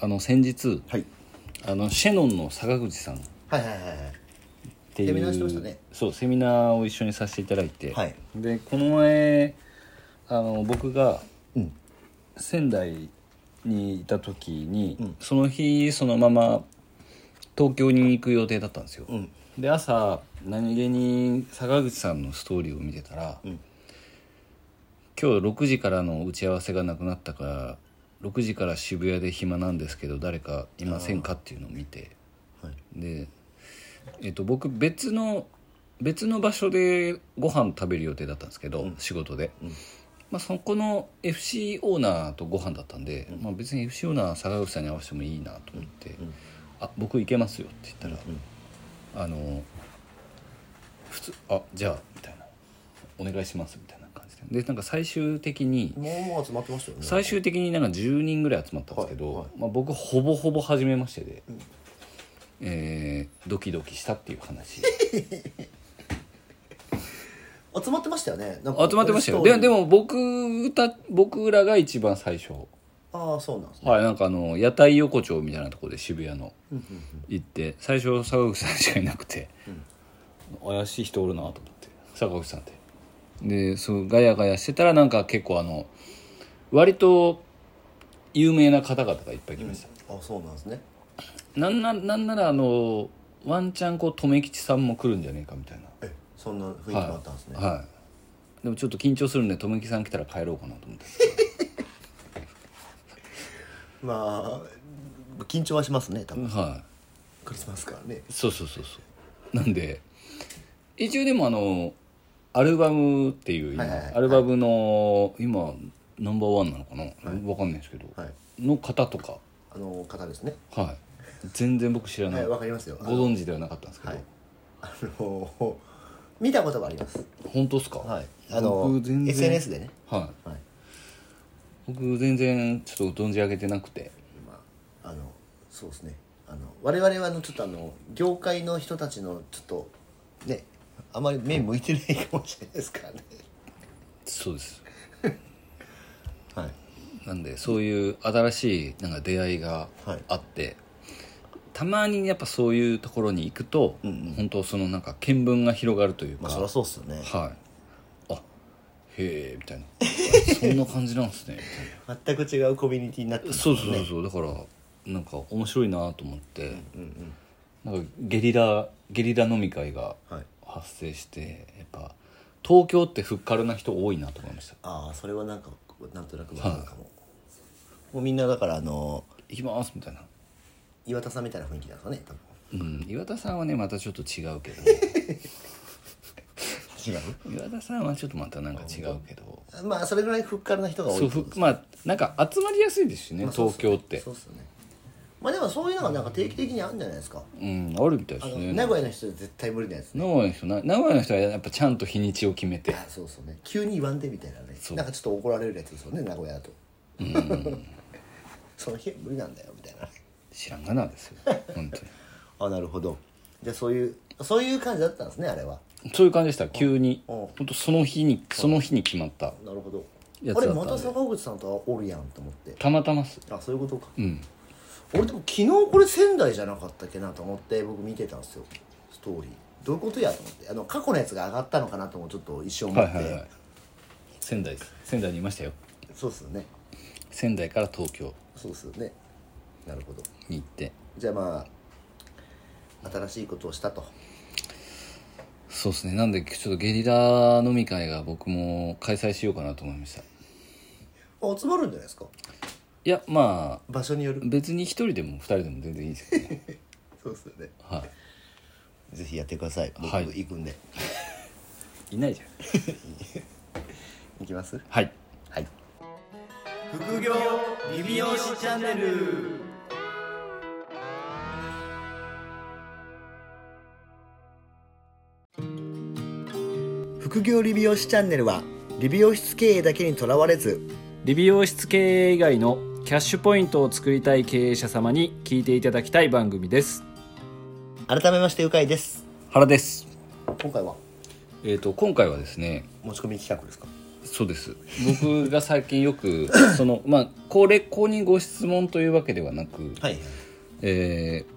あの先日はいあのシェノンの坂口さんっはいはいはいはいていうセミナーしてましたねそうセミナーを一緒にさせていただいて、はいでこの前あの僕がうん仙台にいた時に、うんその日そのまま東京に行く予定だったんですよ、うんで朝何気に坂口さんのストーリーを見てたら、うん今日6時からの打ち合わせがなくなったから6時から渋谷で暇なんですけど誰かいませんかっていうのを見てはいで、えっと僕別の別の場所でご飯食べる予定だったんですけど、仕事で、うんまあ、そこの FC オーナーとご飯だったんで、まあ、別に FC オーナー坂口さんに合わせてもいいなと思って「んうんあ僕行けますよ」って言ったら「うんあの普通あじゃあ」みたいな「お願いします」みたいな感じででなんか最終的にもう集まってましたよね最終的になんか10人ぐらい集まったんですけど、はいはいまあ、僕ほぼほぼ初めましてで、えードキドキしたっていう 話集まってましたよねなんか集まってましたよででもも僕た僕らが一番最初ああそうなんですねはいなんかあの屋台横丁みたいなところで渋谷のうんうんうん行って最初坂口さんしかいなくて、怪しい人おるなと思って坂口さんってでそうガヤガヤしてたらなんか結構あの割と有名な方々がいっぱい来ました、あそうなんですねなんななんならあのワンチャンこう留吉さんも来るんじゃねえかみたいなえそんな雰囲気もあったんですねはいでもちょっと緊張するんで留吉さん来たら帰ろうかなと思ってまあ緊張はしますね多分はいクリスマスからねそうそうそうそうなんで一応でもあのアルバムっていう今、はいはいはいアルバムの、今ナンバーワンなのかな、わかんないですけど、はいの方とかあの方ですねはい全然僕知らはないい、わかりますよご存知ではなかったんですけど、はいあの見たことはあります本当ですかはいあの僕全然 SNS でねはいはい僕全然ちょっと存じ上げてなくてまあ、あのそうですねあの我々はあのちょっとあの業界の人たちのちょっとねあまり目向いてないかもしれないですからねそうですはいなんでそういう新しいなんか出会いがあって、たまにやっぱそういうところに行くと、本当そのなんか見聞が広がるというか、まあそりゃそうっすよねはいあへえみたいなそんな感じなんです ねみたい全く違うコミュニティになってまなすそうそうそうそうだからなんか面白いなと思って、うんなんかゲリラゲリラ飲み会がうんはい発生してやっぱ東京ってふっかるな人多いなと思いましたああそれはなんかなんとなくわかるかも、もうみんなだからあの「行きます」みたいな岩田さんみたいな雰囲気なんですかね多分うん岩田さんはねまたちょっと違うけ ど違岩田さんはちょっとまたなんか違うけどうまあそれぐらいふっからな人が多いそうってこふとですまあなんか集まりやすいですしね、まあそうっ東す京ってそうっすよねまあでもそういうのがなんか定期的にあるんじゃないですかうんあるみたいであすのね名古屋の人は絶対無理なやつね名古屋の人な名古屋の人はやっぱちゃんと日にちを決めてあそうそうね急に言わんでみたいなねそうなんかちょっと怒られるやつですよね名古屋だと その日は無理なんだよみたいな知らんがなです よ本当あなるほどじゃあそういうそういう感じだったんですねあれはにそういう感じでした急にうん本当その日にその日に決まったなるほどやつだっ俺たんでまた坂口さんとおるやんと思ってたまたまっすあそういうことかうん俺でも昨日これ仙台じゃなかったっけなと思って僕見てたんですよストーリーどういうことやと思ってあの過去のやつが上がったのかなともちょっと一瞬思はっいて、はいはい仙台です仙台にいましたよそうっすよね仙台から東京そうっすよねなるほどに行ってじゃあまあ新しいことをしたとそうですねなんでちょっとゲリラ飲み会が僕も開催しようかなと思いましたあ集まるんじゃないですかいやまあ場所による別に一人でも二人でも全然いいです けどねそうですよねはぜひやってください僕はい行くんで、いいないじゃん行きますはいはい副業リビオシチャンネル副業理美容師チャンネルは理美容室経営だけにとらわれず理美容室経営以外のキャッシュポイントを作りたい経営者様に聞いていただきたい番組です改めましてうかいです原です今回はえっ、と今回はですね持ち込み企画ですかそうです僕が最近よ くそのまあこれここにご質問というわけではなく、はいえー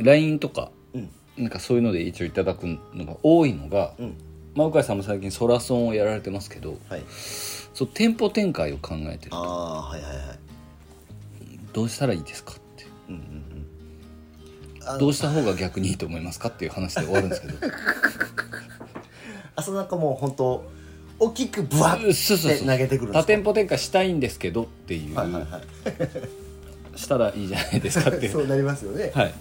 LINE とかうんなんかそういうので一応いただくのが多いのが、うんまあ、鵜飼さんも最近ソラソンをやられてますけどはいそう店舗展開を考えてるああはいはいはいどうしたらいいですかってうんうんうんあどのうした方が逆にいいと思いますかっていう話で終わるんですけど あそこなんかもう本当大きくブワッそうそうてそう投げてくるんで多すか店舗展開したいんですけどって いう、はいはいはしたらいいじゃないですかっていいそううなりますよねはい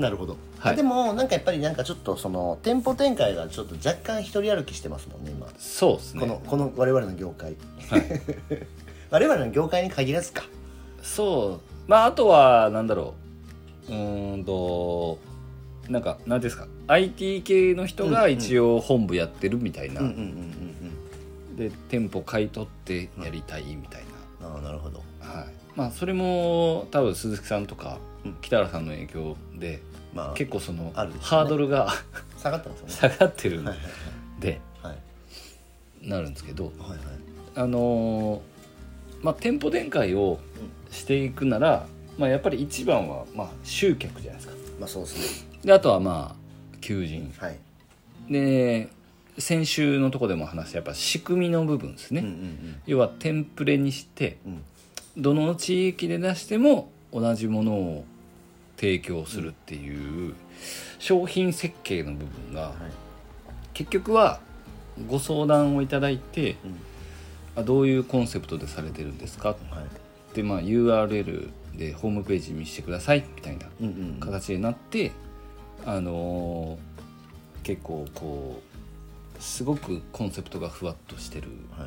なるほど、はいでもなんかやっぱりなんかちょっとその店舗展開がちょっと若干一人歩きしてますもんね今そうですねこのこの我々の業界、 我々の業界に限らずかそうまああとはなんだろううーんとなんか何ですか IT 系の人が一応本部やってるみたいな、うんうんうんうんで店舗買い取ってやりたいみたいうんああなるほどな、はいまあそれも多分鈴木さんとかうん北原さんの影響でまあ結構そのあるでしょうねハードルが下がってますよね下がってるんはいではいなるんですけどはいはいはいあのーまあ店舗展開をしていくなら、まあ、やっぱり一番はまあ集客じゃないですか。まあそうですねであとはまあ求人はいで先週のとこでも話したやっぱ仕組みの部分ですね、うんうん要はテンプレにしてうんうんどの地域で出しても同じものを提供するっていう商品設計の部分がはい結局はご相談をいただいてうんあどういうコンセプトでされてるんですかっはいて、まあ、URL でホームページ見せてくださいみたいなうんうんうん形になって、あのー結構こうすごくコンセプトがふわっとしてるはい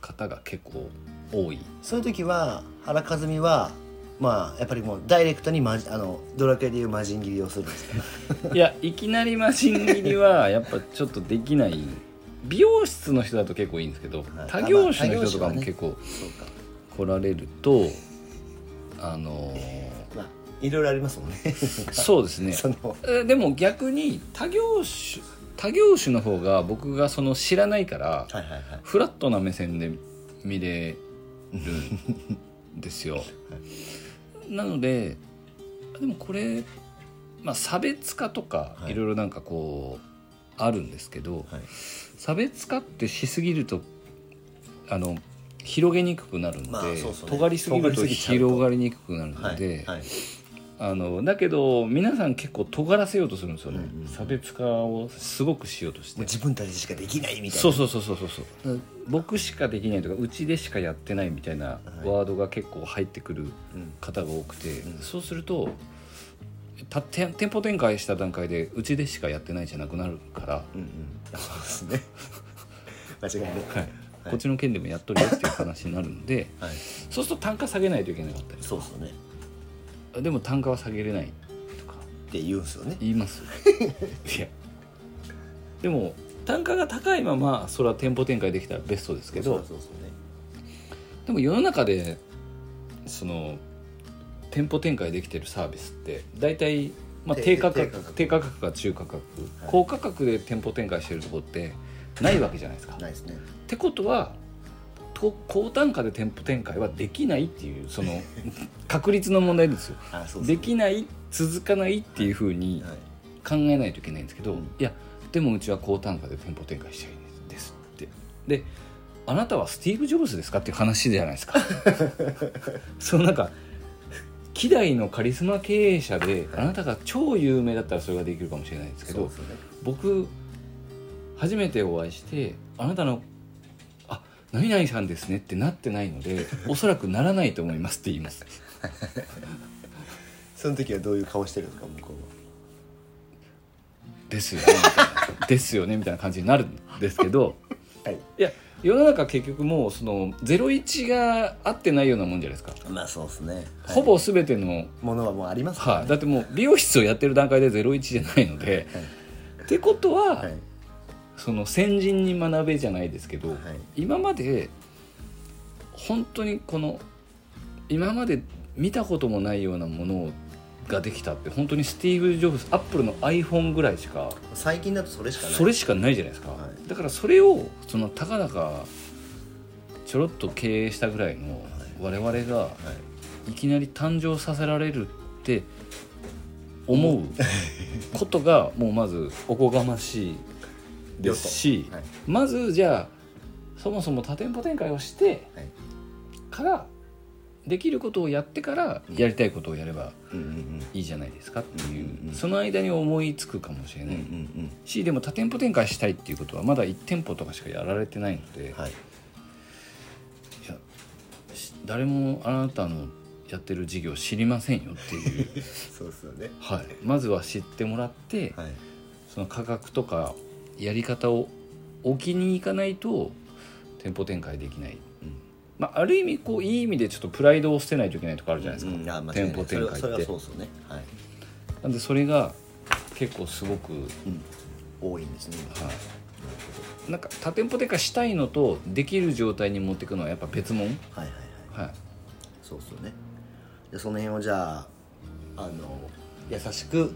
方が結構多いそういう時は原和美はまあやっぱりもうダイレクトにマジあのドラクエでいう魔人切りをするんで すかいやいきなりマシン切りはやっぱちょっとできない美容室の人だと結構いいんですけどはい他業種あまのあ人とかも他業種はね結構そうか来られるとあのまあいろいろありますもんねーそうです ねそのえでも逆に他業種他業種の方が僕がその知らないからはいはいはいフラットな目線で見れるんですよ。なのででもこれ、まあ、差別化とかはいいろいろなんかこうあるんですけど、はい差別化ってしすぎるとあの広げにくくなるので、まあそうそうね尖りすぎると尖りすぎちゃうと広がりにくくなるはので、いはいあのだけど皆さん結構尖らせようとするんですよね、うんうん差別化をすごくしようとしてもう自分たちしかできないみたいなそうそうそうそうそうそう僕しかできないとかうちでしかやってないみたいなはいワードが結構入ってくるうん方が多くて、そうするとた店店舗展開した段階でうちでしかやってないじゃなくなるから、うんうんそうですね 間違いないはいこっちの県でもやっとるよっていう話になるのではいそうすると単価下げないといけなかったりそうですよねあでも単価は下げれないとかって言うんですよね言います いやでも単価が高いままそれは店舗展開できたらベストですけどそうそうねでも世の中でその店舗展開できてるサービスって大体、まあ、低低価格低価格低価格か中価格、はい高価格で店舗展開してるところってないわけじゃないですか。っないですねてことはと高単価で店舗展開はできないっていうそ の確率の問題ですよ。あそうでですねきない続かないっていうふうにはい考えないといけないんですけど、うんいやでもうちは高単価で店舗展開したいんですってであなたはスティーブ・ジョブズですかっていう話じゃない ですかそのなんか希代のカリスマ経営者であなたが超有名だったらそれができるかもしれないですけそうどですよね僕初めてお会いしてあなたの「あ何々さんですね」ってなってないの でおそらくならないと思いますって言いますその時はどういう顔してるんですか向こですよねみたいなですよねみたいな感じになるんですけどうははいや世の中結局もうその01が合ってないようなもんじゃないですか、まあそうですねほぼ全ての、ものはもうありますはい、だねってもう美容室をやってる段階で01じゃないので、はいってことは、はいその先人に学べじゃないですけど、はい今まで本当にこの今まで見たこともないようなものをができたって本当にスティーブ・ジョブズアップルの iPhone ぐらいしか最近だとそれしかないそれしかないじゃないですか、はいだからそれをそのたかだかちょろっと経営したぐらいの我々がはいいきなり誕生させられるって思う ことがもうまずおこがましいですし、はいまずじゃあそもそも多店舗展開をしてはいからできることをやってからやりたいことをやればうんうんいいじゃないですかっていう、うんうんその間に思いつくかもしれうんうない、んしでも多店舗展開したいっていうことはまだ1店舗とかしかやられてないので、うんはいいやし誰もあなたのやってる事業知りませんよっていう そうですよねはいまずは知ってもらって、はいその価格とかやり方を置きに行かないと店舗展開できない、うんまあ、ある意味こういい意味でちょっとプライドを捨てないといけないとこあるじゃないですか、うんあ間違い店ない舗展開そっれはそれはてそうですよねはいなんでそれが結構すごく、は多いんですね今い、なんか多店舗展開したいのとできる状態に持っていくのはやっぱ別物、はいはいはいはい、そうっすよねでその辺をじゃああの優しく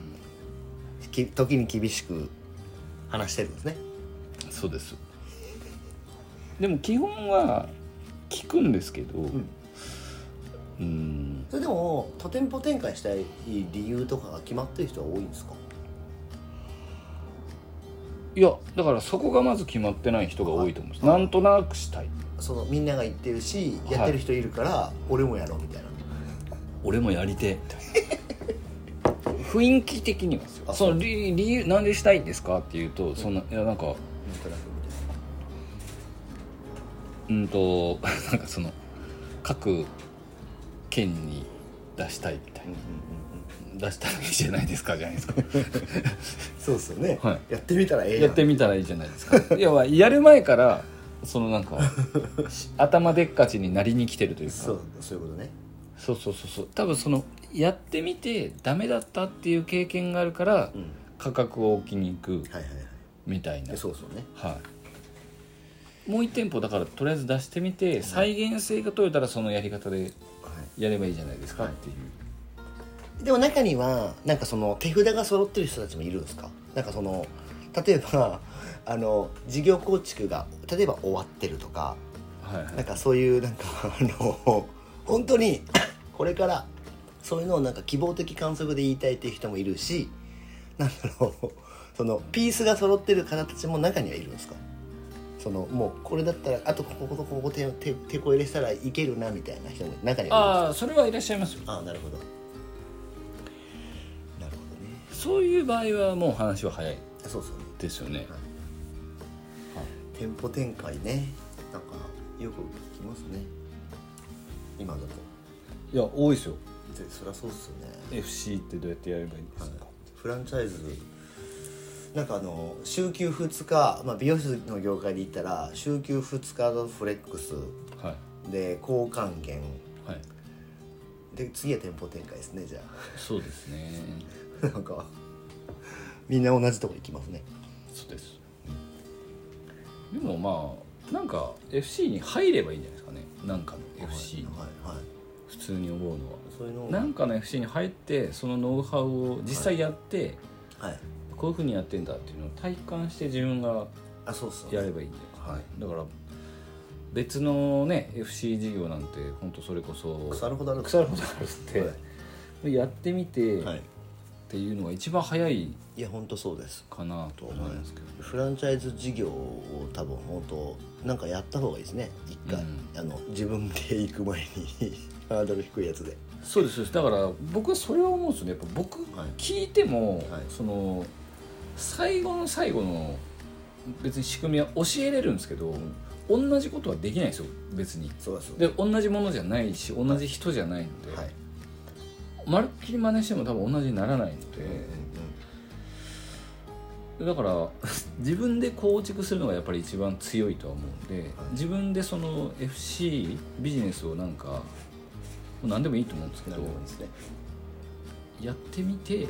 き時に厳しく話してるんですねそうですでも基本は聞くんですけどうんんそれでも多店舗展開したい理由とかが決まってる人は多いんですかいやだからそこがまず決まってない人が多いと思うんですなんとなくしたいそのみんなが言ってるしはいやってる人いるから、俺もやろうみたいな俺もやりてえ雰囲気的にはですよあその理理由なんでしたいんですかっていうとそんないやなんかなんとなくみたいうんと なんかその各県に出したいみたいな、な出したらいいじゃないですかじゃないですかそうですよね、はいやってみたらええやんやってみたらいいじゃないです か要はやる前からそのなんかし頭でっかちになりに来てるというかそうそういうことねそうそうそうそう多分そのやってみてダメだったっていう経験があるから、うん価格を置きに行くはいはいはいみたいなでそうそうねはいもう1店舗だからとりあえず出してみて再現性が取れたらそのやり方ではやればいいじゃないですかっていう、いでも中にはなんかその手札が揃ってる人たちもいるんですかなんかその例えばあの事業構築が例えば終わってるとかはいはいなんかそういうなんか あの本当に これからそういうのをなんか希望的観測で言いたいっていう人もいるしなんだろう そのピースが揃ってる方たちも中にはいるんですかそのもうこれだったらあとこことここ手を手手こ入れしたらいけるなみたいな人も中にはいるんああそれはいらっしゃいますよですかああなるほどなるほどねそういう場合はもう話は早いそうそうねですよね、店舗展開ねなんかよく聞きますね今だとい、や多いですよでそりゃそうっすよね FC ってどうやってやればいいんですか、フランチャイズなんかあの週休2日、まあ、美容室の業界で言ったら週休2日のフレックスはいで交換券はい、で次は店舗展開ですねじゃそうですね。あ なんかみんな同じとこ行きますねそうです。でもまあなんか FC に入ればいいんじゃないですかね。なんかの FC はいはいはい普通に思うのは。そういうのをなんかの FC に入ってそのノウハウを実際やって、はいこういうふうにやってんだっていうのを体感して自分があそうそうやればいいんじゃないですかね。だから別のね FC 事業なんて本当それこそ腐るほどある腐るほどあるって、はやってみてっはいていうのが一番早いいや本当そうですかなと思いますけど。フランチャイズ事業を多分本当なんかやった方がいいですね一回、うんあの自分で行く前に ハードル低いやつでそうですそうですだから僕はそれは思うんですよねやっぱ僕はい聞いても、はいその最後の最後の別に仕組みは教えれるんですけど、同じことはできないですよ別にそうそうで同じものじゃないし同じ人じゃないので、はいまるっきり真似しても多分同じにならないので、だから 自分で構築するのがやっぱり一番強いとは思うんで、自分でその FC ビジネスをなんかもう何でもいいと思うんですけなどるほどですねやってみて、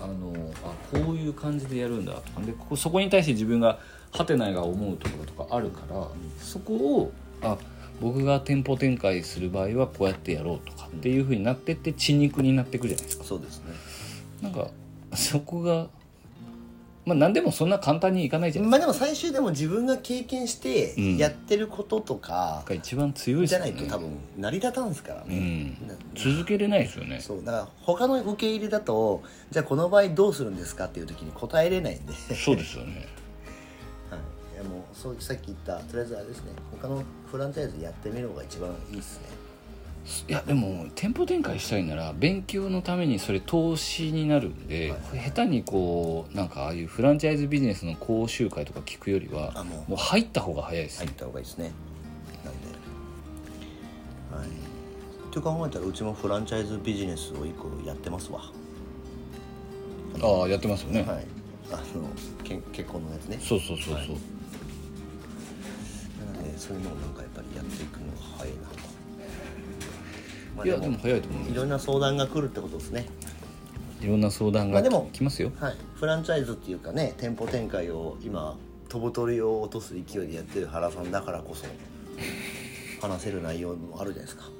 あのあこういう感じでやるんだとかでここそこに対して自分がハテナが思うところとかあるから、そこをあ僕が店舗展開する場合はこうやってやろうとかっていうふうになってって血肉になっていくじゃないですかそうですねなんかそこがまあ何でもそんな簡単にいかないじゃないまあでも最終でも自分が経験してうんやってることとかですか一番強いですじゃよなねいと多分成り立たんですからうね、んな続けれないですよねそうだから他の受け入れだとじゃあこの場合どうするんですかっていう時に答えれないんで、 はい、そうですよねいやもうそうさっき言ったとりあえずあれですね他のフランチャイズやってみる方が一番いいですねいやでも店舗展開したいなら勉強のためにそれ投資になるんで、はい下手にこうなんかああいうフランチャイズビジネスの講習会とか聞くよりはあもうもう入った方が早いです入っね、た方がいいですねなんではいって考えたらうちもフランチャイズビジネスを一個やってますわああやってますよね、はいあのけ結婚のやつねそうそうそうそう、なのでそういうのをなんかやっぱりやっていくのが早いなと、まあいやでも早いと思いいまろんな相談が来るってことですねすいろんな相談まがあでも来ますよ、はいフランチャイズっていうかね店舗展開を今飛ぶ鳥を落とす勢いでやってる原さんだからこそ話せる内容もあるじゃないですか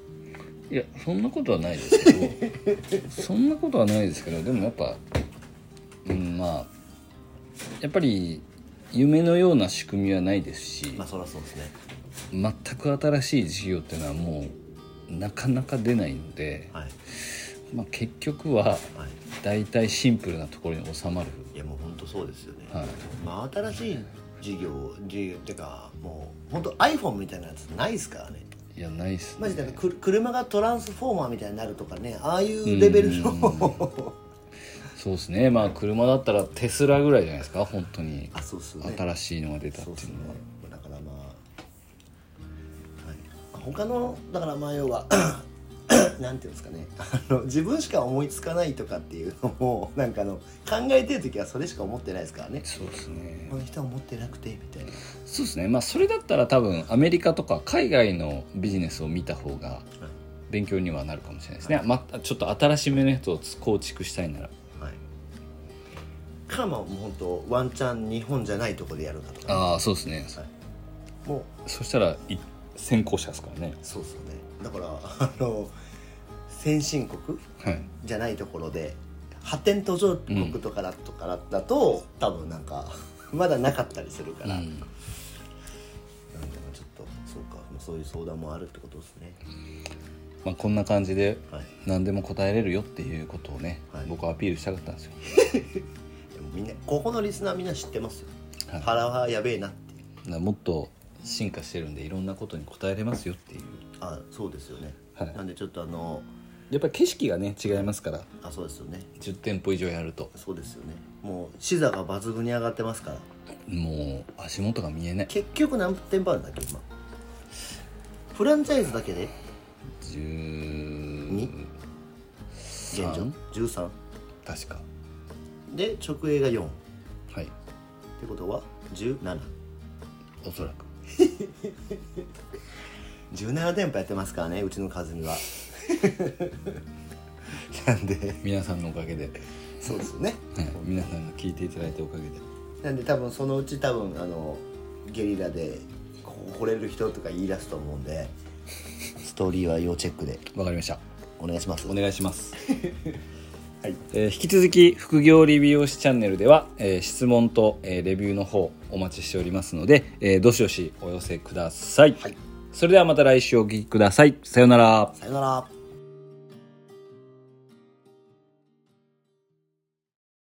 いやそんなことはないですけど そんなことはないですけどでもやっぱうんまあやっぱり夢のような仕組みはないですし、まあそりゃそうですね全く新しい事業っていうのはもうなかなか出ないので、はいまあ、結局ははい大体シンプルなところに収まるいやもう本当そうですよね、はいまあ新しい事業事業ってかもう本当 iPhone みたいなやつないですからねいやないっすマジでねあのく車がトランスフォーマーみたいになるとかねああいうレベルのそうですねまあ車だったらテスラぐらいじゃないですか本当に あそうっすよね新しいのが出たっそうってすいねうのはだからまあ、はい、他のだからまあ要は なんていうんですかねあの自分しか思いつかないとかっていうのもなんかあの考えてる時はそれしか思ってないですからねそうですねこの人は思ってなくてみたいなそうですねまあそれだったら多分アメリカとか海外のビジネスを見た方が勉強にはなるかもしれないですね、まあ、ちょっと新しめのやつを構築したいならはいかまあもう本当ワンチャン日本じゃないとこでやるかとかああそうですね、もうそしたらい先行者ですからねそうですよねだからあの先進国はいじゃないところで発展途上国とかだとかだと、多分なんか まだなかったりするから、うんなんでもちょっとそうかまあそういう相談もあるってことですね、まあ、こんな感じではい何でも答えれるよっていうことをね、はい僕はアピールしたかったんですよでもみんなここのリスナーみんな知ってますよはい腹はやべえなっていうだからもっと進化してるんでいろんなことに答えれますよっていうあそうですよね、はいなんでちょっとあのやっぱり景色がね違いますからあそうですよね10店舗以上やるとそうですよねもう視座が抜群に上がってますからもう足元が見えない結局何店舗あるんだっけ今フランチャイズだけで12 2現状三13確かで直営が4っはいてことは1717おそらく店舗やってますからねうちの和 美はなんで皆さんのおかげで、そうですよねはい、皆さんが聞いていただいたおかげでなんで多分そのうち多分あのゲリラでここ来れる人とか言い出すと思うんでストーリーは要チェックでわかりましたお願いしますお願いし ます、はいえー引き続き副業理美容師チャンネルでは、えー質問と、えーレビューの方お待ちしておりますので、えーどしどしお寄せください、はいそれではまた来週お聞きくださいさようならさよなら